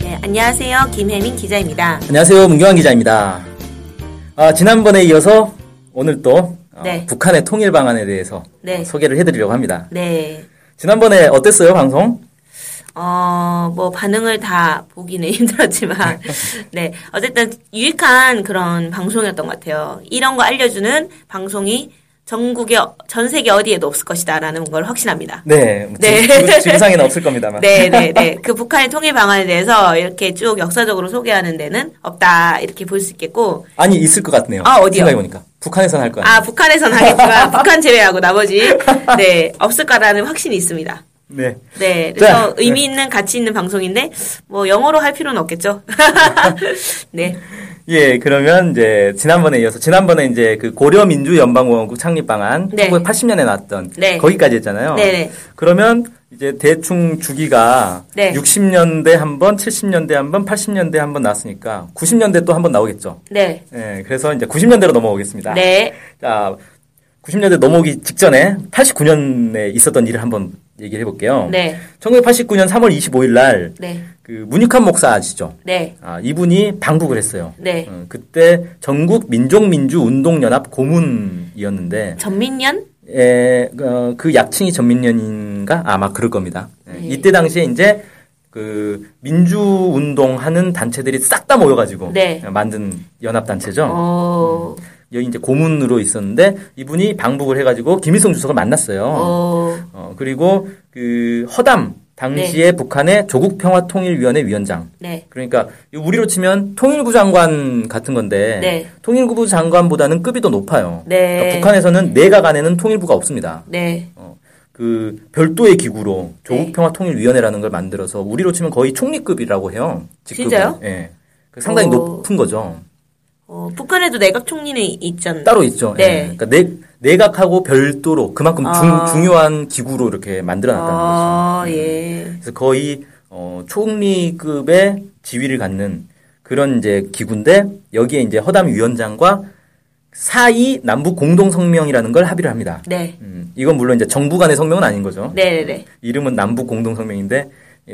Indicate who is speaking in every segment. Speaker 1: 네, 안녕하세요. 김혜민 기자입니다.
Speaker 2: 안녕하세요. 문경환 기자입니다. 아, 지난번에 이어서 오늘 또 어,
Speaker 1: 네.
Speaker 2: 북한의 통일 방안에 대해서
Speaker 1: 네.
Speaker 2: 어, 소개를 해드리려고 합니다.
Speaker 1: 네.
Speaker 2: 지난번에 어땠어요, 방송?
Speaker 1: 어, 뭐, 반응을 다 보기는 힘들었지만, 네. 어쨌든, 유익한 그런 방송이었던 것 같아요. 이런 거 알려주는 방송이 전국에, 전 세계 어디에도 없을 것이다. 라는 걸 확신합니다.
Speaker 2: 네. 뭐
Speaker 1: 네.
Speaker 2: 지금 지금 지구상에는 없을 겁니다만.
Speaker 1: 네, 네, 네. 그 북한의 통일 방안에 대해서 이렇게 쭉 역사적으로 소개하는 데는 없다. 이렇게 볼 수 있겠고,
Speaker 2: 아니, 있을 것 같네요.
Speaker 1: 아, 어디요?
Speaker 2: 생각해보니까. 북한에선 할 거야.
Speaker 1: 아, 북한에선 하겠지만, 북한 제외하고 나머지, 네, 없을 거라는 확신이 있습니다.
Speaker 2: 네.
Speaker 1: 네, 그래서
Speaker 2: 자,
Speaker 1: 의미 있는 가치 있는 방송인데 뭐 영어로 할 필요는 없겠죠. 네,
Speaker 2: 예, 그러면 이제 지난번에 이어서 지난번에 이제 그 고려민주연방공화국 창립 방안
Speaker 1: 네.
Speaker 2: 1980년에 나왔던
Speaker 1: 네.
Speaker 2: 거기까지 했잖아요.
Speaker 1: 네, 네.
Speaker 2: 그러면 이제 대충 주기가
Speaker 1: 네.
Speaker 2: 60년대 한 번, 70년대 한 번, 80년대 한 번 나왔으니까 90년대 또 한 번 나오겠죠.
Speaker 1: 네,
Speaker 2: 예, 그래서 이제 90년대로 넘어오겠습니다.
Speaker 1: 네,
Speaker 2: 자, 90년대 넘어오기 직전에 89년에 있었던 일을 한번 얘기를 해볼게요.
Speaker 1: 네,
Speaker 2: 1989년 3월 25일 날,
Speaker 1: 네,
Speaker 2: 그, 문익환 목사 아시죠?
Speaker 1: 네,
Speaker 2: 아, 이분이 방북을 했어요.
Speaker 1: 네.
Speaker 2: 어, 그때 전국 민족민주운동연합 고문이었는데
Speaker 1: 전민년?
Speaker 2: 에, 어, 그 약칭이 전민련인가 아마 그럴 겁니다. 예,
Speaker 1: 네.
Speaker 2: 이때 당시에 이제 그 민주운동하는 단체들이 싹 다 모여가지고 예,
Speaker 1: 네.
Speaker 2: 만든 연합단체죠.
Speaker 1: 어,
Speaker 2: 여기 이제 고문으로 있었는데 이분이 방북을 해가지고 김일성 주석을 만났어요.
Speaker 1: 어,
Speaker 2: 어, 그리고 그 허담 당시에 북한의 조국평화통일위원회 위원장
Speaker 1: 네,
Speaker 2: 그러니까 이 우리로 치면 통일부 장관 같은 건데
Speaker 1: 네.
Speaker 2: 통일부 장관보다는 급이 더 높아요.
Speaker 1: 네.
Speaker 2: 그러니까 북한에서는 내각안에는 통일부가 없습니다.
Speaker 1: 네,
Speaker 2: 그 별도의 기구로
Speaker 1: 네.
Speaker 2: 조국평화통일위원회라는 걸 만들어서 우리로 치면 거의 총리급이라고 해요. 직급이.
Speaker 1: 진짜요?
Speaker 2: 예. 그 상당히
Speaker 1: 오.
Speaker 2: 높은 거죠.
Speaker 1: 어, 북한에도 내각 총리는 있잖아요.
Speaker 2: 따로 있죠. 예.
Speaker 1: 네.
Speaker 2: 그러니까 내, 내각하고 별도로 그만큼 중,
Speaker 1: 아.
Speaker 2: 중요한 기구로 이렇게 만들어놨다는 음.
Speaker 1: 아,
Speaker 2: 거죠.
Speaker 1: 예,
Speaker 2: 그래서 거의 어, 총리급의 지위를 갖는 그런 이제 기구인데 여기에 이제 허담 위원장과 사이 남북 공동 성명이라는 걸 합의를 합니다.
Speaker 1: 네,
Speaker 2: 음, 이건 물론 이제 정부 간의 성명은 아닌 거죠.
Speaker 1: 네, 네, 네,
Speaker 2: 이름은 남북 공동 성명인데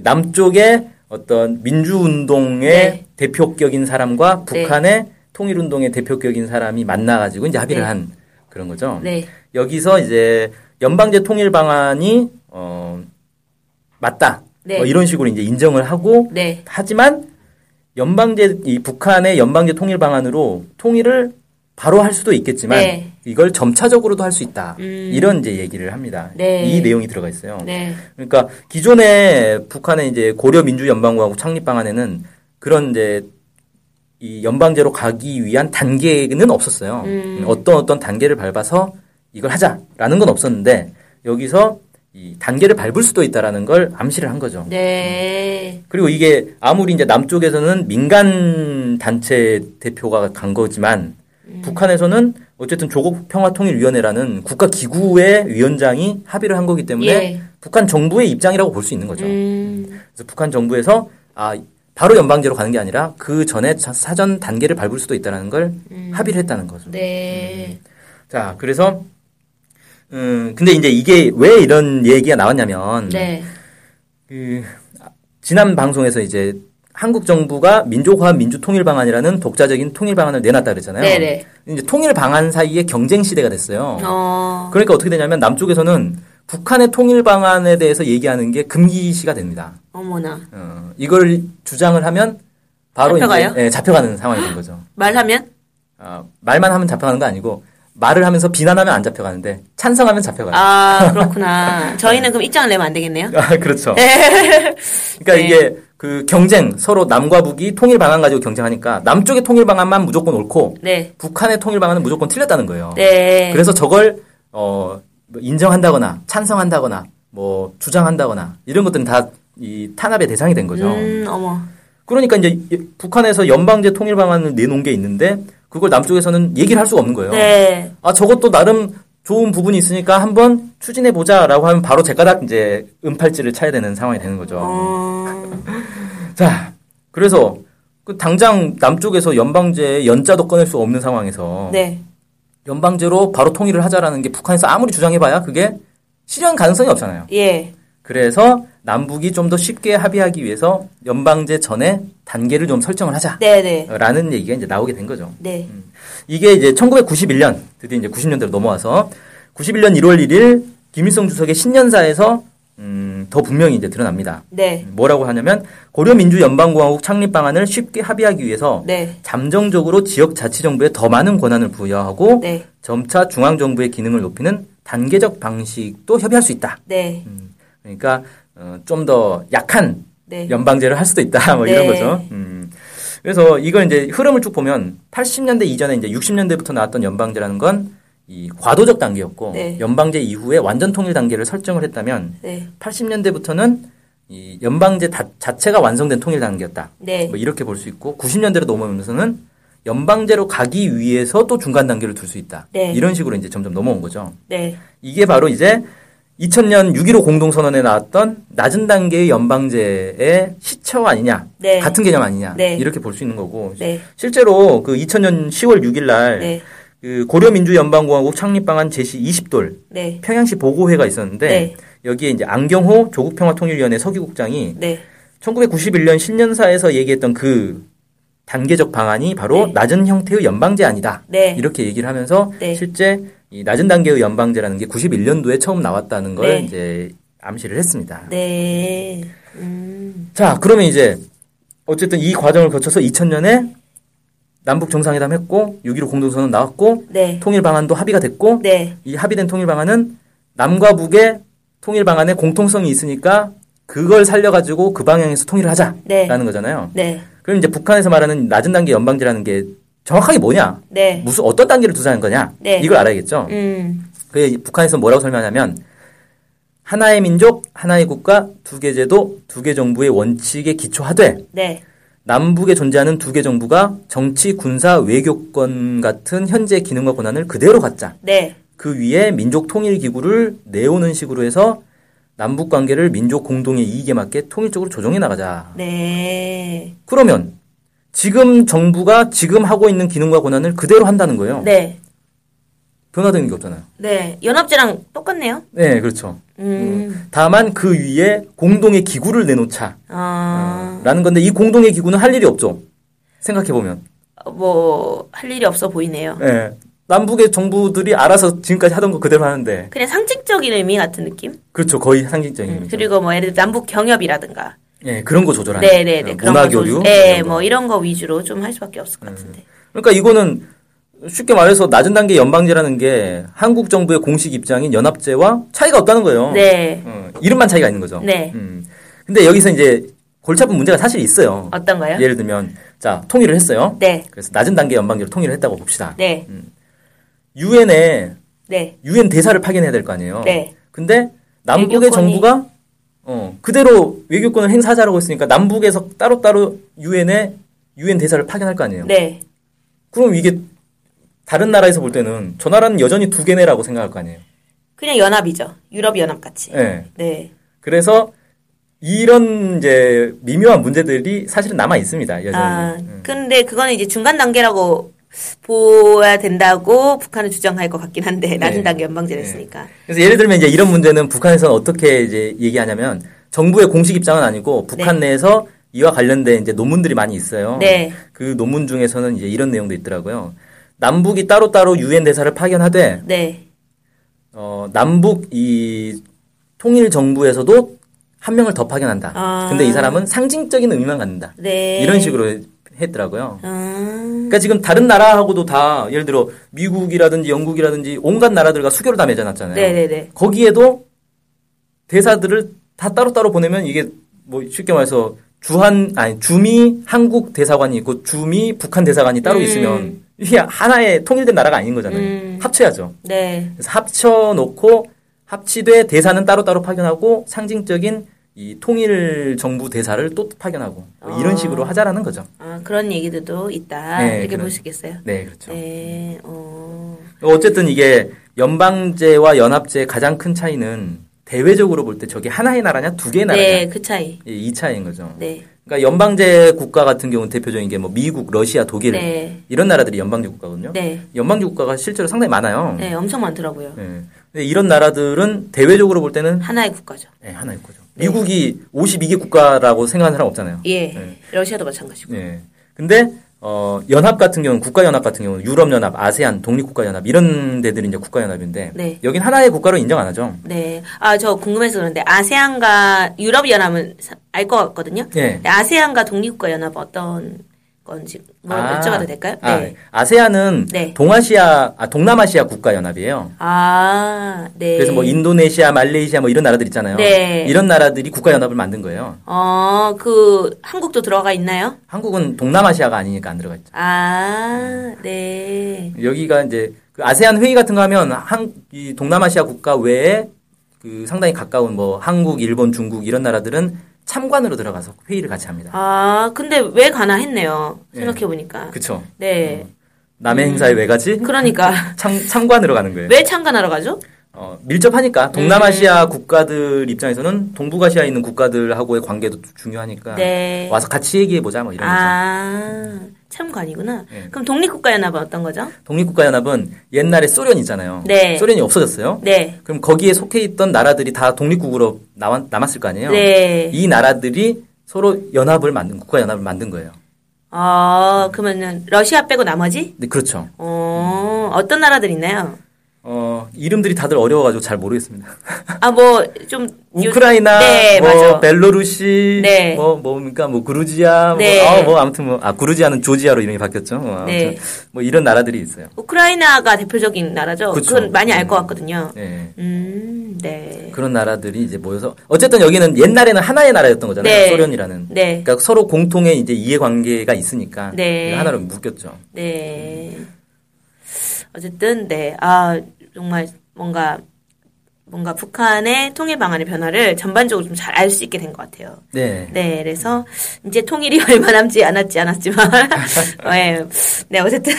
Speaker 2: 남쪽의 어떤 민주운동의
Speaker 1: 네.
Speaker 2: 대표격인 사람과
Speaker 1: 네.
Speaker 2: 북한의 통일운동의 대표격인 사람이 만나가지고 이제 합의를
Speaker 1: 네.
Speaker 2: 한 그런 거죠.
Speaker 1: 네,
Speaker 2: 여기서 이제 연방제 통일 방안이 어 맞다.
Speaker 1: 네.
Speaker 2: 뭐 이런 식으로 이제 인정을 하고
Speaker 1: 네,
Speaker 2: 하지만 연방제 이 북한의 연방제 통일 방안으로 통일을 바로 할 수도 있겠지만
Speaker 1: 네.
Speaker 2: 이걸 점차적으로도 할 수 있다.
Speaker 1: 음.
Speaker 2: 이런 이제 얘기를 합니다.
Speaker 1: 네.
Speaker 2: 이 내용이 들어가 있어요.
Speaker 1: 네,
Speaker 2: 그러니까 기존에 북한의 이제 고려민주연방공화국 창립 방안에는 그런 이제 이 연방제로 가기 위한 단계는 없었어요.
Speaker 1: 음.
Speaker 2: 어떤 어떤 단계를 밟아서 이걸 하자라는 건 없었는데 여기서 이 단계를 밟을 수도 있다라는 걸 암시를 한 거죠.
Speaker 1: 네,
Speaker 2: 그리고 이게 아무리 이제 남쪽에서는 민간 단체 대표가 간 거지만
Speaker 1: 예.
Speaker 2: 북한에서는 어쨌든 조국평화통일위원회라는 국가 기구의 위원장이 합의를 한 거기 때문에
Speaker 1: 예.
Speaker 2: 북한 정부의 입장이라고 볼 수 있는 거죠.
Speaker 1: 음,
Speaker 2: 그래서 북한 정부에서 아 바로 연방제로 가는 게 아니라 그 전에 자- 사전 단계를 밟을 수도 있다는 걸 합의를 했다는 거죠.
Speaker 1: 음. 네,
Speaker 2: 음. 자, 그래서 음 근데 이제 이게 왜 이런 얘기가 나왔냐면
Speaker 1: 네,
Speaker 2: 그 아, 지난 방송에서 이제 한국 정부가 민족화 민주통일 방안이라는 독자적인 통일 방안을 내놨다 그랬잖아요.
Speaker 1: 네네.
Speaker 2: 이제 통일 방안 사이에 경쟁 시대가 됐어요.
Speaker 1: 어,
Speaker 2: 그러니까 어떻게 되냐면 남쪽에서는 북한의 통일 방안에 대해서 얘기하는 게 금기시가 됩니다.
Speaker 1: 어머나,
Speaker 2: 어, 이걸 주장을 하면 바로
Speaker 1: 잡혀가요?
Speaker 2: 이제 예, 잡혀가는 상황이 된 거죠.
Speaker 1: 말하면?
Speaker 2: 아, 말만 하면 잡혀가는 거 아니고 말을 하면서 비난하면 안 잡혀가는데 찬성하면 잡혀가요.
Speaker 1: 아, 그렇구나. 저희는 그럼 입장을 내면 안 되겠네요.
Speaker 2: 아,
Speaker 1: 예,
Speaker 2: 그렇죠. 그러니까
Speaker 1: 네.
Speaker 2: 이게 그 경쟁 서로 남과 북이 통일 방안 가지고 경쟁하니까 남쪽의 통일 방안만 무조건 옳고
Speaker 1: 네.
Speaker 2: 북한의 통일 방안은 무조건 틀렸다는 거예요.
Speaker 1: 네.
Speaker 2: 그래서 저걸 어뭐 인정한다거나 찬성한다거나 뭐 주장한다거나 이런 것들은 다 이 탄압의 대상이 된 거죠.
Speaker 1: 음, 어머.
Speaker 2: 그러니까 이제 북한에서 연방제 통일 방안을 내놓은 게 있는데 그걸 남쪽에서는 얘기를 할 수가 없는 거예요.
Speaker 1: 네.
Speaker 2: 아 저것도 나름 좋은 부분이 있으니까 한번 추진해 보자라고 하면 바로 제가닥 이제 은팔찌를 차야 되는 상황이 되는 거죠.
Speaker 1: 어,
Speaker 2: 자, 그래서 그 당장 남쪽에서 연방제 연자도 꺼낼 수 없는 상황에서
Speaker 1: 네.
Speaker 2: 연방제로 바로 통일을 하자라는 게 북한에서 아무리 주장해봐야 그게 실현 가능성이 없잖아요.
Speaker 1: 예.
Speaker 2: 그래서 남북이 좀 더 쉽게 합의하기 위해서 연방제 전에 단계를 좀 설정을
Speaker 1: 네네.
Speaker 2: 하자라는 얘기가 이제 나오게 된 거죠.
Speaker 1: 네.
Speaker 2: 이게 이제 1991년 드디어 이제 90년대로 넘어와서 91년 1월 1일 김일성 주석의 신년사에서 음, 더 분명히 이제 드러납니다.
Speaker 1: 네.
Speaker 2: 뭐라고 하냐면 고려민주연방공화국 창립 방안을 쉽게 합의하기 위해서
Speaker 1: 네.
Speaker 2: 잠정적으로 지역 자치정부에 더 많은 권한을 부여하고
Speaker 1: 네.
Speaker 2: 점차 중앙정부의 기능을 높이는 단계적 방식도 협의할 수 있다.
Speaker 1: 네.
Speaker 2: 그러니까 좀 더 약한
Speaker 1: 네.
Speaker 2: 연방제를 할 수도 있다. 뭐 이런
Speaker 1: 네.
Speaker 2: 거죠. 음. 그래서 이걸 이제 흐름을 쭉 보면 80년대 이전에 이제 60년대부터 나왔던 연방제라는 건 이 과도적 단계였고
Speaker 1: 네.
Speaker 2: 연방제 이후에 완전 통일 단계를 설정을 했다면
Speaker 1: 네.
Speaker 2: 80년대부터는 이 연방제 다- 자체가 완성된 통일 단계였다.
Speaker 1: 네.
Speaker 2: 뭐 이렇게 볼 수 있고 90년대로 넘어오면서는 연방제로 가기 위해서 또 중간 단계를 둘 수 있다.
Speaker 1: 네.
Speaker 2: 이런 식으로 이제 점점 넘어온 거죠.
Speaker 1: 네.
Speaker 2: 이게 바로 이제 2000년 6.15 공동선언에 나왔던 낮은 단계의 연방제의 시처 아니냐.
Speaker 1: 네.
Speaker 2: 같은 개념 아니냐.
Speaker 1: 네.
Speaker 2: 이렇게 볼 수 있는 거고.
Speaker 1: 네.
Speaker 2: 실제로 그 2000년 10월 6일 날
Speaker 1: 네.
Speaker 2: 그 고려민주연방공화국 창립방안 제시 20돌
Speaker 1: 네.
Speaker 2: 평양시 보고회가 있었는데
Speaker 1: 네.
Speaker 2: 여기에 이제 안경호 조국평화통일위원회 서기국장이
Speaker 1: 네.
Speaker 2: 1991년 신년사에서 얘기했던 그 단계적 방안이 바로
Speaker 1: 네.
Speaker 2: 낮은 형태의 연방제 아니다.
Speaker 1: 네.
Speaker 2: 이렇게 얘기를 하면서
Speaker 1: 네.
Speaker 2: 실제 이 낮은 단계의 연방제라는 게 91년도에 처음 나왔다는 걸
Speaker 1: 네.
Speaker 2: 이제 암시를 했습니다.
Speaker 1: 네. 음.
Speaker 2: 자, 그러면 이제 어쨌든 이 과정을 거쳐서 2000년에 남북 정상회담 했고 6.15 공동선언 나왔고
Speaker 1: 네.
Speaker 2: 통일 방안도 합의가 됐고
Speaker 1: 네.
Speaker 2: 이 합의된 통일 방안은 남과 북의 통일 방안에 공통성이 있으니까 그걸 살려가지고 그 방향에서 통일을 하자라는
Speaker 1: 네.
Speaker 2: 거잖아요.
Speaker 1: 네.
Speaker 2: 그럼 이제 북한에서 말하는 낮은 단계 연방제라는 게 정확하게 뭐냐?
Speaker 1: 네.
Speaker 2: 무슨 어떤 단계를 두자는 거냐?
Speaker 1: 네.
Speaker 2: 이걸 알아야겠죠.
Speaker 1: 음.
Speaker 2: 그게 북한에서 뭐라고 설명하냐면 하나의 민족, 하나의 국가, 두 개 제도, 두 개 정부의 원칙에 기초하되
Speaker 1: 네.
Speaker 2: 남북에 존재하는 두 개 정부가 정치, 군사, 외교권 같은 현재의 기능과 권한을 그대로 갖자.
Speaker 1: 네.
Speaker 2: 그 위에 민족 통일 기구를 내오는 식으로 해서 남북 관계를 민족 공동의 이익에 맞게 통일적으로 조정해 나가자.
Speaker 1: 네.
Speaker 2: 그러면 지금 정부가 지금 하고 있는 기능과 권한을 그대로 한다는 거예요.
Speaker 1: 네.
Speaker 2: 변화되는 게 없잖아요.
Speaker 1: 네. 연합제랑 똑같네요.
Speaker 2: 네, 그렇죠.
Speaker 1: 음.
Speaker 2: 다만 그 위에 공동의 기구를 내놓자라는
Speaker 1: 아,
Speaker 2: 건데 이 공동의 기구는 할 일이 없죠. 생각해 보면.
Speaker 1: 뭐 할 일이 없어 보이네요.
Speaker 2: 예. 남북의 정부들이 알아서 지금까지 하던 거 그대로 하는데
Speaker 1: 그냥 상징적인 의미 같은 느낌?
Speaker 2: 그렇죠. 거의 상징적인 의미죠.
Speaker 1: 그리고 뭐 예를 들어 남북 경협이라든가.
Speaker 2: 예, 그런 거 조절하는.
Speaker 1: 네, 네, 네.
Speaker 2: 문화 교류.
Speaker 1: 네,
Speaker 2: 이런 거.
Speaker 1: 뭐 이런 거 위주로 좀 할 수밖에 없을 것 같은데.
Speaker 2: 그러니까 이거는 쉽게 말해서 낮은 단계 연방제라는 게 한국 정부의 공식 입장인 연합제와 차이가 없다는 거예요.
Speaker 1: 네.
Speaker 2: 어, 이름만 차이가 있는 거죠.
Speaker 1: 네.
Speaker 2: 음. 근데 여기서 이제 골치 아픈 문제가 사실 있어요.
Speaker 1: 어떤 거요?
Speaker 2: 예를 들면 자 통일을 했어요.
Speaker 1: 네.
Speaker 2: 그래서 낮은 단계 연방제로 통일을 했다고 봅시다.
Speaker 1: 네.
Speaker 2: 유엔에
Speaker 1: 네.
Speaker 2: 유엔 대사를 파견해야 될 거 아니에요.
Speaker 1: 네.
Speaker 2: 근데 남북의
Speaker 1: 외교권이-
Speaker 2: 정부가 어 그대로 외교권을 행사하자라고 했으니까 남북에서 따로따로 유엔에 유엔 대사를 파견할 거 아니에요.
Speaker 1: 네.
Speaker 2: 그럼 이게 다른 나라에서 볼 때는 저 나라는 여전히 두 개네라고 생각할 거 아니에요.
Speaker 1: 그냥 연합이죠. 유럽 연합 같이.
Speaker 2: 예.
Speaker 1: 네.
Speaker 2: 그래서 이런 이제 미묘한 문제들이 사실은 남아 있습니다. 여전히.
Speaker 1: 아,
Speaker 2: 음.
Speaker 1: 근데 그거는 이제 중간 단계라고 보아야 된다고 북한은 주장할 것 같긴 한데 낮은
Speaker 2: 네.
Speaker 1: 단계 연방제를
Speaker 2: 네.
Speaker 1: 했으니까.
Speaker 2: 그래서 예를 들면 이제 이런 문제는 북한에서는 어떻게 이제 얘기하냐면 정부의 공식 입장은 아니고 북한 내에서 이와 관련된 이제 논문들이 많이 있어요.
Speaker 1: 네.
Speaker 2: 그 논문 중에서는 이제 이런 내용도 있더라고요. 남북이 따로따로 유엔 대사를 파견하되
Speaker 1: 네.
Speaker 2: 어, 남북 이 통일 정부에서도 한 명을 더 파견한다.
Speaker 1: 아.
Speaker 2: 근데 이 사람은 상징적인 의미만 갖는다.
Speaker 1: 네.
Speaker 2: 이런 식으로 했더라고요.
Speaker 1: 아,
Speaker 2: 그러니까 지금 다른 나라하고도 다 예를 들어 미국이라든지 영국이라든지 온갖 나라들과 수교를 다 맺어놨잖아요.
Speaker 1: 네네네.
Speaker 2: 거기에도 대사들을 다 따로따로 보내면 이게 뭐 쉽게 말해서 주한 아니 주미 한국 대사관이 있고 주미 북한 대사관이 따로
Speaker 1: 음.
Speaker 2: 있으면 이게 하나의 통일된 나라가 아닌 거잖아요.
Speaker 1: 음.
Speaker 2: 합쳐야죠.
Speaker 1: 네.
Speaker 2: 그래서 합쳐놓고 합치되 대사는 따로따로 파견하고 상징적인 이 통일 정부 대사를 또 파견하고 뭐 이런 식으로 하자라는 거죠.
Speaker 1: 아, 그런 얘기들도 있다.
Speaker 2: 네,
Speaker 1: 이렇게
Speaker 2: 그런-
Speaker 1: 볼 수 있겠어요.
Speaker 2: 네, 그렇죠.
Speaker 1: 네, 어,
Speaker 2: 어쨌든 이게 연방제와 연합제의 가장 큰 차이는 대외적으로 볼 때 저게 하나의 나라냐 두 개의 나라냐
Speaker 1: 네, 그 차이.
Speaker 2: 이 이 차이인 거죠.
Speaker 1: 네,
Speaker 2: 그러니까 연방제 국가 같은 경우는 대표적인 게 뭐 미국, 러시아, 독일
Speaker 1: 네,
Speaker 2: 이런 나라들이 연방제 국가거든요.
Speaker 1: 네,
Speaker 2: 연방제 국가가 실제로 상당히 많아요.
Speaker 1: 네, 엄청 많더라고요.
Speaker 2: 음. 네. 근데 이런 나라들은 대외적으로 볼 때는
Speaker 1: 하나의 국가죠.
Speaker 2: 네, 하나일 거죠. 미국이 52개 국가라고 생각하는 사람 없잖아요.
Speaker 1: 예,
Speaker 2: 네.
Speaker 1: 러시아도 마찬가지고.
Speaker 2: 네. 근데 어 연합 같은 경우는 국가 연합 같은 경우는 유럽 연합, 아세안, 독립 국가 연합 이런 데들이 이제 국가 연합인데
Speaker 1: 네.
Speaker 2: 여긴 하나의 국가로 인정 안 하죠.
Speaker 1: 네, 아, 저 궁금해서 그런데 아세안과 유럽 연합은 알 것 같거든요.
Speaker 2: 예.
Speaker 1: 네, 아세안과 독립국가 연합 어떤 건지 뭐
Speaker 2: 아.
Speaker 1: 여쭤봐도 될까요?
Speaker 2: 아,
Speaker 1: 네.
Speaker 2: 아세안은
Speaker 1: 네.
Speaker 2: 동아시아, 아, 동남아시아 국가 연합이에요.
Speaker 1: 아, 네.
Speaker 2: 그래서 뭐 인도네시아, 말레이시아 뭐 이런 나라들 있잖아요.
Speaker 1: 네.
Speaker 2: 이런 나라들이 국가 연합을 만든 거예요.
Speaker 1: 어, 그 한국도 들어가 있나요?
Speaker 2: 한국은 동남아시아가 아니니까 안 들어가 있죠.
Speaker 1: 아,
Speaker 2: 음.
Speaker 1: 네.
Speaker 2: 여기가 이제 그 아세안 회의 같은 거 하면 한, 이 동남아시아 국가 외에 그 상당히 가까운 뭐 한국, 일본, 중국 이런 나라들은 참관으로 들어가서 회의를 같이 합니다.
Speaker 1: 아, 근데 왜 가나 했네요. 생각해 보니까.
Speaker 2: 예. 그쵸. 음.
Speaker 1: 네.
Speaker 2: 남의 행사에 왜 가지?
Speaker 1: 음. 그러니까
Speaker 2: 참, 참관으로 가는 거예요.
Speaker 1: 왜 음. 참관하러 가죠?
Speaker 2: 어, 밀접하니까 동남아시아 국가들 입장에서는 동북아시아에 있는 국가들하고의 관계도 중요하니까
Speaker 1: 네.
Speaker 2: 와서 같이 얘기해 보자 뭐 이런
Speaker 1: 아, 참관이구나.
Speaker 2: 네.
Speaker 1: 그럼 독립국가 연합은 어떤 거죠?
Speaker 2: 거죠. 독립국가 연합은 옛날에 소련 있잖아요.
Speaker 1: 네.
Speaker 2: 소련이 없어졌어요.
Speaker 1: 네.
Speaker 2: 그럼 거기에 속해 있던 나라들이 다 독립국으로 남았, 남았을 거 아니에요.
Speaker 1: 네.
Speaker 2: 이 나라들이 서로 연합을 만든 국가 연합을 만든 거예요.
Speaker 1: 어, 그러면은 러시아 빼고 나머지?
Speaker 2: 네, 그렇죠.
Speaker 1: 어,
Speaker 2: 음.
Speaker 1: 어떤 나라들 있나요?
Speaker 2: 어, 이름들이 다들 어려워가지고 잘 모르겠습니다.
Speaker 1: 아, 뭐, 좀. 요-
Speaker 2: 우크라이나,
Speaker 1: 네,
Speaker 2: 뭐
Speaker 1: 맞아.
Speaker 2: 벨로루시,
Speaker 1: 네.
Speaker 2: 뭐 뭡니까 뭐 그루지아,
Speaker 1: 네.
Speaker 2: 뭐, 아, 뭐 아무튼 뭐 아 그루지아는 조지아로 이름이 바뀌었죠. 뭐, 아무튼
Speaker 1: 네.
Speaker 2: 뭐 이런 나라들이 있어요.
Speaker 1: 우크라이나가 대표적인 나라죠?
Speaker 2: 그쵸. 음.
Speaker 1: 그건 많이 알 것 같거든요.
Speaker 2: 네.
Speaker 1: 음, 네.
Speaker 2: 그런 나라들이 이제 모여서 어쨌든 여기는 옛날에는 하나의 나라였던 거잖아요.
Speaker 1: 네.
Speaker 2: 소련이라는.
Speaker 1: 네.
Speaker 2: 그러니까 서로 공통의 이제 이해관계가 있으니까
Speaker 1: 네.
Speaker 2: 이게 하나로 묶였죠.
Speaker 1: 네.
Speaker 2: 음.
Speaker 1: 어쨌든, 네. 아, 정말 뭔가, 뭔가 북한의 통일 방안의 변화를 전반적으로 좀 잘 알 수 있게 된 것 같아요.
Speaker 2: 네.
Speaker 1: 네, 그래서 이제 통일이 얼마 남지 않았지 않았지만, 네, 네 어쨌든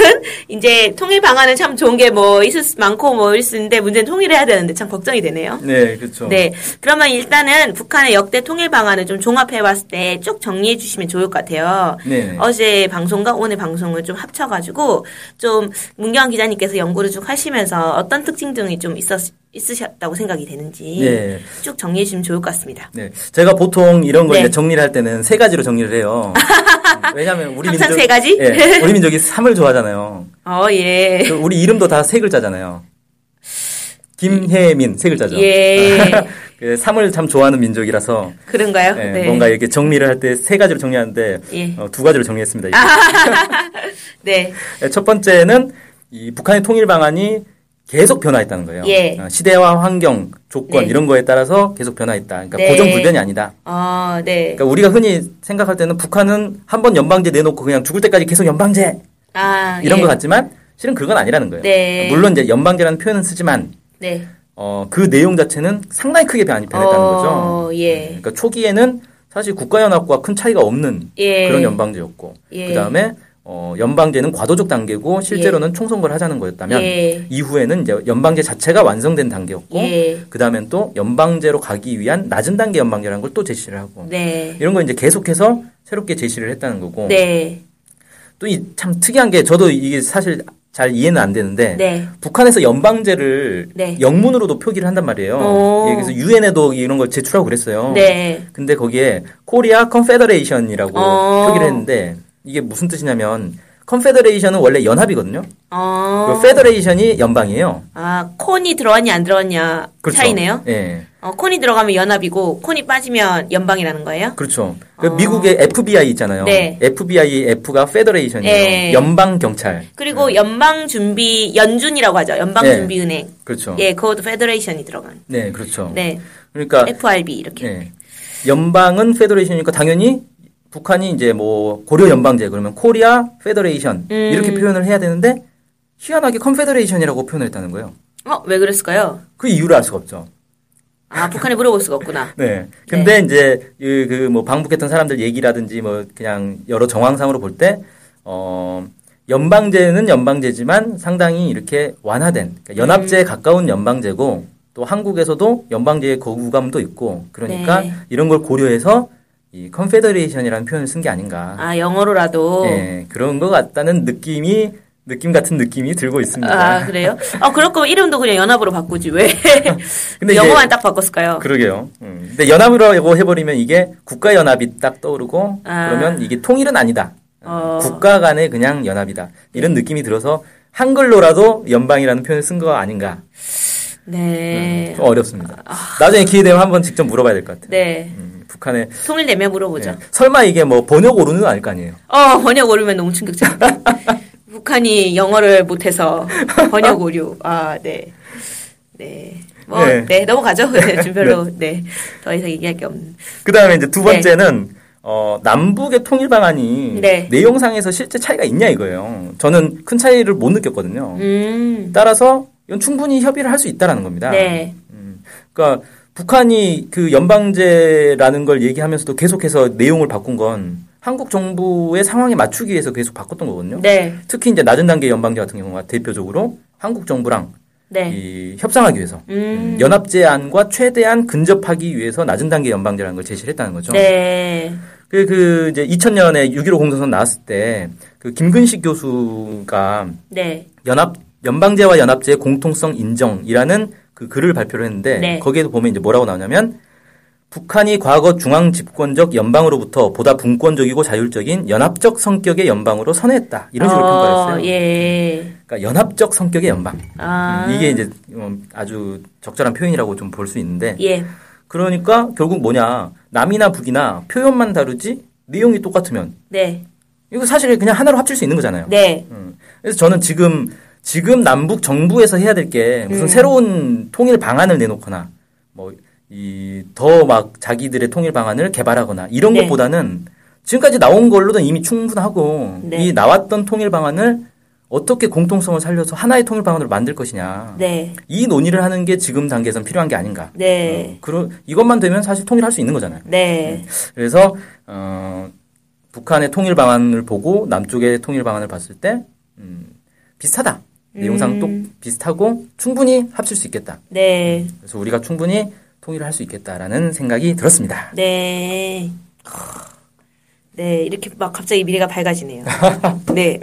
Speaker 1: 이제 통일 방안은 참 좋은 게 뭐 있을 수 많고 뭐 있을 수 있는데 문제는 통일해야 되는데 참 걱정이 되네요.
Speaker 2: 네, 그렇죠.
Speaker 1: 네, 그러면 일단은 북한의 역대 통일 방안을 좀 종합해 봤을 때 쭉 정리해 주시면 좋을 것 같아요.
Speaker 2: 네.
Speaker 1: 어제 방송과 오늘 방송을 좀 합쳐가지고 좀 문경 기자님께서 연구를 쭉 하시면서 어떤 특징 등이 좀 있었 있으셨다고 생각이 되는지
Speaker 2: 네.
Speaker 1: 쭉 정리해 주시면 좋을 것 같습니다.
Speaker 2: 네. 제가 보통 이런 걸
Speaker 1: 네.
Speaker 2: 이제 정리를 할 때는 세 가지로 정리를 해요. 왜냐하면 우리
Speaker 1: 항상
Speaker 2: 민족
Speaker 1: 세 가지?
Speaker 2: 예, 우리 민족이 삼을 좋아하잖아요.
Speaker 1: 어, 예.
Speaker 2: 그 우리 이름도 다 세 글자잖아요. 김혜민 세 글자죠.
Speaker 1: 예.
Speaker 2: 그 삼을 참 좋아하는 민족이라서
Speaker 1: 그런가요?
Speaker 2: 예, 뭔가 이렇게 정리를 할 때 세 가지로 정리하는데
Speaker 1: 네. 예.
Speaker 2: 어, 두 가지로 정리했습니다. 이게.
Speaker 1: 네.
Speaker 2: 예, 첫 번째는 이 북한의 통일 방안이 계속 변화했다는 거예요.
Speaker 1: 예.
Speaker 2: 어, 시대와 환경, 조건
Speaker 1: 네.
Speaker 2: 이런 거에 따라서 계속 변화했다. 그러니까
Speaker 1: 네.
Speaker 2: 고정불변이 아니다.
Speaker 1: 어, 네.
Speaker 2: 그러니까 우리가 흔히 생각할 때는 북한은 한 번 연방제 내놓고 그냥 죽을 때까지 계속 연방제
Speaker 1: 아,
Speaker 2: 이런
Speaker 1: 예.
Speaker 2: 것 같지만 실은 그건 아니라는 거예요.
Speaker 1: 네.
Speaker 2: 물론 이제 연방제라는 표현은 쓰지만
Speaker 1: 네.
Speaker 2: 어, 그 내용 자체는 상당히 크게 변- 변했다는
Speaker 1: 어,
Speaker 2: 거죠.
Speaker 1: 예.
Speaker 2: 그러니까 초기에는 사실 국가연합과 큰 차이가 없는
Speaker 1: 예.
Speaker 2: 그런 연방제였고,
Speaker 1: 예.
Speaker 2: 그 다음에 어, 연방제는 과도적 단계고 실제로는 총선거를 하자는 거였다면
Speaker 1: 예.
Speaker 2: 이후에는 이제 연방제 자체가 완성된 단계였고,
Speaker 1: 예.
Speaker 2: 그 다음엔 또 연방제로 가기 위한 낮은 단계 연방제라는 걸 또 제시를 하고
Speaker 1: 네.
Speaker 2: 이런 걸 이제 계속해서 새롭게 제시를 했다는 거고,
Speaker 1: 네.
Speaker 2: 또 이 참 특이한 게 저도 이게 사실 잘 이해는 안 되는데
Speaker 1: 네.
Speaker 2: 북한에서 연방제를
Speaker 1: 네.
Speaker 2: 영문으로도 표기를 한단 말이에요.
Speaker 1: 오.
Speaker 2: 예, 그래서 유엔에도 이런 걸 제출하고 그랬어요.
Speaker 1: 네.
Speaker 2: 근데 거기에 코리아 컨페더레이션이라고
Speaker 1: 어.
Speaker 2: 표기를 했는데 이게 무슨 뜻이냐면 컨페더레이션은 원래 연합이거든요.
Speaker 1: 어.
Speaker 2: 그리고 페더레이션이 연방이에요.
Speaker 1: 아, 콘이 들어왔냐 안 들어왔냐
Speaker 2: 그렇죠.
Speaker 1: 차이네요.
Speaker 2: 예.
Speaker 1: 어, 콘이 들어가면 연합이고 콘이 빠지면 연방이라는 거예요?
Speaker 2: 그렇죠. 그 미국의 FBI 있잖아요.
Speaker 1: 어. 네.
Speaker 2: FBI F가 페더레이션이에요.
Speaker 1: 예.
Speaker 2: 연방 경찰.
Speaker 1: 그리고 연방 준비 연준이라고 하죠. 연방
Speaker 2: 네.
Speaker 1: 준비 은행.
Speaker 2: 그렇죠.
Speaker 1: 예, 그것도 페더레이션이 들어간.
Speaker 2: 네, 그렇죠.
Speaker 1: 네.
Speaker 2: 그러니까
Speaker 1: FRB 이렇게.
Speaker 2: 예. 연방은 페더레이션이니까 당연히 북한이 이제 뭐 고려 연방제 그러면 코리아 페더레이션
Speaker 1: 음.
Speaker 2: 이렇게 표현을 해야 되는데 희한하게 컨페더레이션이라고 표현했다는 거예요.
Speaker 1: 어, 왜 그랬을까요?
Speaker 2: 그 이유를 알 수가 없죠.
Speaker 1: 아, 북한에 물어볼 수가 없구나.
Speaker 2: 네. 근데 이제 그 뭐 방북했던 사람들 얘기라든지 뭐 그냥 여러 정황상으로 볼 때 어. 연방제는 연방제지만 상당히 이렇게 완화된 그러니까 연합제에 가까운 연방제고 또 한국에서도 연방제의 거부감도 있고 그러니까
Speaker 1: 네.
Speaker 2: 이런 걸 고려해서 이 컨페더레이션이라는 표현을 쓴 게 아닌가
Speaker 1: 아, 영어로라도.
Speaker 2: 예, 그런 것 같다는 느낌이 느낌 같은 느낌이 들고 있습니다.
Speaker 1: 아, 그래요? 아, 그럴 거면 이름도 그냥 연합으로 바꾸지. 왜?
Speaker 2: 근데 이제-
Speaker 1: 영어만 딱 바꿨을까요?
Speaker 2: 그러게요. 음. 근데 연합이라고 해버리면 이게 국가 연합이 딱 떠오르고
Speaker 1: 아.
Speaker 2: 그러면 이게 통일은 아니다.
Speaker 1: 어.
Speaker 2: 국가 간의 그냥 연합이다. 이런 느낌이 들어서 한글로라도 연방이라는 표현을 쓴 거 아닌가.
Speaker 1: 네.
Speaker 2: 좀 어렵습니다. 나중에 기회 되면 한번 직접 물어봐야 될 것 같아요.
Speaker 1: 네.
Speaker 2: 음, 북한에
Speaker 1: 통일되면 네 물어보죠.
Speaker 2: 예. 설마 이게 뭐 번역 오류는 아닐 거 아니에요.
Speaker 1: 어, 번역 오류면 너무 충격적이다. 북한이 영어를 못해서 번역 오류. 아, 네. 네. 뭐,
Speaker 2: 네.
Speaker 1: 네, 넘어가죠. 지금 별로, 네. 더 이상 얘기할 게 없는.
Speaker 2: 그다음에 이제 두 번째는 어, 남북의 통일 방안이
Speaker 1: 네.
Speaker 2: 내용상에서 실제 차이가 있냐 이거예요. 저는 큰 차이를 못 느꼈거든요.
Speaker 1: 음.
Speaker 2: 따라서 이건 충분히 협의를 할 수 있다라는 겁니다.
Speaker 1: 네.
Speaker 2: 그러니까 북한이 그 연방제라는 걸 얘기하면서도 계속해서 내용을 바꾼 건 한국 정부의 상황에 맞추기 위해서 계속 바꿨던 거거든요.
Speaker 1: 네.
Speaker 2: 특히 이제 낮은 단계 연방제 같은 경우가 대표적으로 한국 정부랑
Speaker 1: 네.
Speaker 2: 이 협상하기 위해서
Speaker 1: 음.
Speaker 2: 연합제안과 최대한 근접하기 위해서 낮은 단계 연방제라는 걸 제시를 했다는 거죠.
Speaker 1: 네.
Speaker 2: 그, 그, 이제 2000년에 6.15 공동선 나왔을 때, 그, 김근식 교수가
Speaker 1: 네.
Speaker 2: 연합, 연방제와 연합제의 공통성 인정이라는 그 글을 발표를 했는데,
Speaker 1: 네.
Speaker 2: 거기에도 보면 이제 뭐라고 나오냐면, 북한이 과거 중앙 집권적 연방으로부터 보다 분권적이고 자율적인 연합적 성격의 연방으로 선회했다. 이런 식으로 평가했어요.
Speaker 1: 예.
Speaker 2: 그러니까 연합적 성격의 연방.
Speaker 1: 아.
Speaker 2: 이게 이제 음, 아주 적절한 표현이라고 좀 볼 수 있는데,
Speaker 1: 예.
Speaker 2: 그러니까 결국 뭐냐. 남이나 북이나 표현만 다르지, 내용이 똑같으면
Speaker 1: 네.
Speaker 2: 이거 사실 그냥 하나로 합칠 수 있는 거잖아요.
Speaker 1: 네.
Speaker 2: 그래서 저는 지금 지금 남북 정부에서 해야 될 게
Speaker 1: 예.
Speaker 2: 무슨 새로운 통일 방안을 내놓거나 뭐 이 더 막 자기들의 통일 방안을 개발하거나 이런
Speaker 1: 네.
Speaker 2: 것보다는 지금까지 나온 걸로도 이미 충분하고
Speaker 1: 네.
Speaker 2: 이 나왔던 통일 방안을 어떻게 공통성을 살려서 하나의 통일 방안으로 만들 것이냐
Speaker 1: 네.
Speaker 2: 이 논의를 하는 게 지금 단계에선 필요한 게 아닌가.
Speaker 1: 네.
Speaker 2: 그러 이것만 되면 사실 통일할 수 있는 거잖아요.
Speaker 1: 네.
Speaker 2: 그래서 어, 북한의 통일 방안을 보고 남쪽의 통일 방안을 봤을 때 음, 비슷하다.
Speaker 1: 음.
Speaker 2: 내용상 또 비슷하고 충분히 합칠 수 있겠다.
Speaker 1: 네.
Speaker 2: 그래서 우리가 충분히 통일을 할 수 있겠다라는 생각이 들었습니다.
Speaker 1: 네. 네, 이렇게 막 갑자기 미래가 밝아지네요. 네,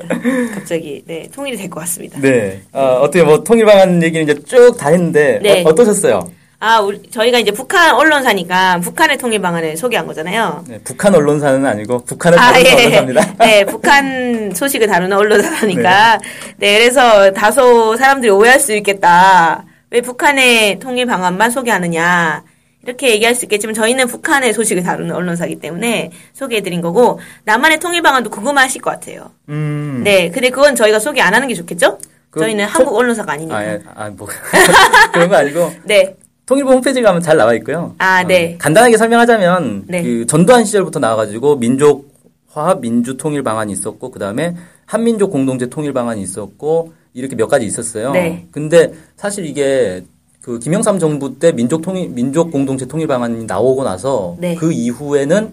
Speaker 1: 갑자기, 네, 통일이 될 것 같습니다.
Speaker 2: 네. 어, 떻게뭐 통일 방안 얘기는 이제 쭉 다 했는데
Speaker 1: 네.
Speaker 2: 어, 떠셨어요
Speaker 1: 아, 우리, 저희가 이제 북한 언론사니까 북한의 통일 방안을 소개한 거잖아요.
Speaker 2: 네, 북한 언론사는 아니고 북한을
Speaker 1: 아,
Speaker 2: 다루는
Speaker 1: 예.
Speaker 2: 언론사입니다.
Speaker 1: 네, 북한 소식을 다루는 언론사니까. 네, 그래서 다소 사람들이 오해할 수 있겠다. 왜 북한의 통일 방안만 소개하느냐. 이렇게 얘기할 수 있겠지만 저희는 북한의 소식을 다루는 언론사이기 때문에 소개해드린 거고, 남한의 통일 방안도 궁금하실 것 같아요.
Speaker 2: 음.
Speaker 1: 네, 근데 그건 저희가 소개 안 하는 게 좋겠죠?
Speaker 2: 그-
Speaker 1: 저희는
Speaker 2: 소-
Speaker 1: 한국 언론사가 아니니까.
Speaker 2: 아, 예. 아, 뭐 그런 거 아니고
Speaker 1: 네,
Speaker 2: 통일부 홈페이지 가면 잘 나와 있고요.
Speaker 1: 아,
Speaker 2: 어,
Speaker 1: 네.
Speaker 2: 간단하게 설명하자면
Speaker 1: 네.
Speaker 2: 그 전두환 시절부터 나와가지고 민족 화합 민주 통일 방안이 있었고 그 다음에 한민족 공동체 통일 방안이 있었고 이렇게 몇 가지 있었어요.
Speaker 1: 네.
Speaker 2: 근데 사실 이게 그 김영삼 정부 때 민족 통일 민족 공동체 통일 방안이 나오고 나서
Speaker 1: 네.
Speaker 2: 그 이후에는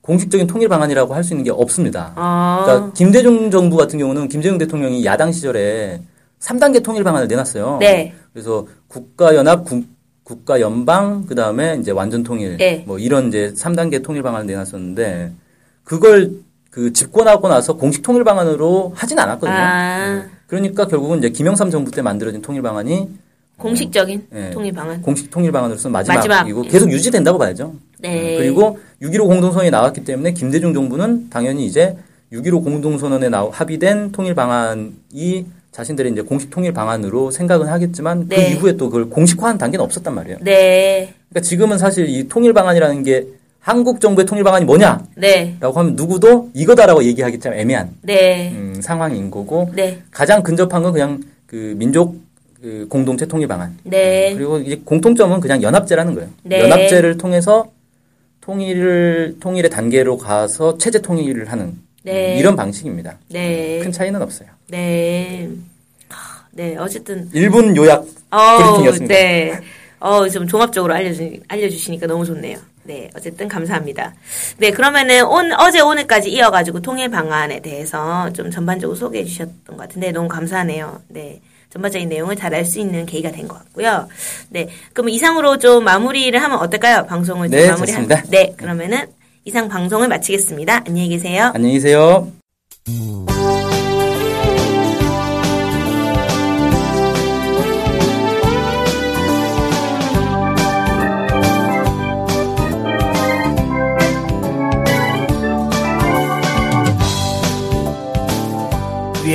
Speaker 2: 공식적인 통일 방안이라고 할 수 있는 게 없습니다.
Speaker 1: 어,
Speaker 2: 그러니까 김대중 정부 같은 경우는 김대중 대통령이 야당 시절에 3단계 통일 방안을 내놨어요.
Speaker 1: 네.
Speaker 2: 그래서 국가 연합, 국가 연방, 그 다음에 이제 완전 통일,
Speaker 1: 네.
Speaker 2: 뭐 이런 이제 3단계 통일 방안을 내놨었는데 그걸 그 집권하고 나서 공식 통일 방안으로 하진 않았거든요.
Speaker 1: 아.
Speaker 2: 그러니까 결국은 이제 김영삼 정부 때 만들어진 통일 방안이
Speaker 1: 공식적인
Speaker 2: 네.
Speaker 1: 통일 방안.
Speaker 2: 공식 통일 방안으로서 마지막이고
Speaker 1: 마지막.
Speaker 2: 계속 유지된다고 봐야죠. 음,
Speaker 1: 네.
Speaker 2: 그리고 6.15 공동선언이 나왔기 때문에 김대중 정부는 당연히 이제 6.15 공동선언에 나- 합의된 통일 방안이 자신들의 이제 공식 통일 방안으로 생각은 하겠지만 그
Speaker 1: 네.
Speaker 2: 이후에 또 그걸 공식화한 단계는 없었단 말이에요.
Speaker 1: 네,
Speaker 2: 그러니까 지금은 사실 이 통일 방안이라는 게 한국 정부의 통일 방안이 뭐냐라고
Speaker 1: 네,
Speaker 2: 하면 누구도 이거다라고 얘기하기 참 애매한
Speaker 1: 네,
Speaker 2: 음, 상황인 거고
Speaker 1: 네,
Speaker 2: 가장 근접한 건 그냥 그 민족 그 공동체 통일 방안 음,
Speaker 1: 네.
Speaker 2: 그리고 이제 공통점은 그냥 연합제라는 거예요.
Speaker 1: 네.
Speaker 2: 연합제를 통해서 통일을 통일의 단계로 가서 체제 통일을 하는
Speaker 1: 네.
Speaker 2: 음, 이런 방식입니다.
Speaker 1: 네.
Speaker 2: 큰 차이는 없어요.
Speaker 1: 네. 하, 네, 어쨌든.
Speaker 2: 일본 요약
Speaker 1: 어우,
Speaker 2: 브리핑이었습니다.
Speaker 1: 네. 어, 좀 종합적으로 알려주, 알려주시니까 너무 좋네요. 네, 어쨌든 감사합니다. 네, 그러면은 온, 어제 오늘까지 이어가지고 통일 방안에 대해서 좀 전반적으로 소개해 주셨던 것 같은데 너무 감사하네요. 네. 전반적인 내용을 잘 알 수 있는 계기가 된 것 같고요. 네. 그럼 이상으로 좀 마무리를 하면 어떨까요? 방송을 좀
Speaker 2: 네,
Speaker 1: 마무리
Speaker 2: 좋습니다.
Speaker 1: 네. 그러면은 이상 방송을 마치겠습니다. 안녕히 계세요.
Speaker 2: 안녕히 계세요.
Speaker 3: 우리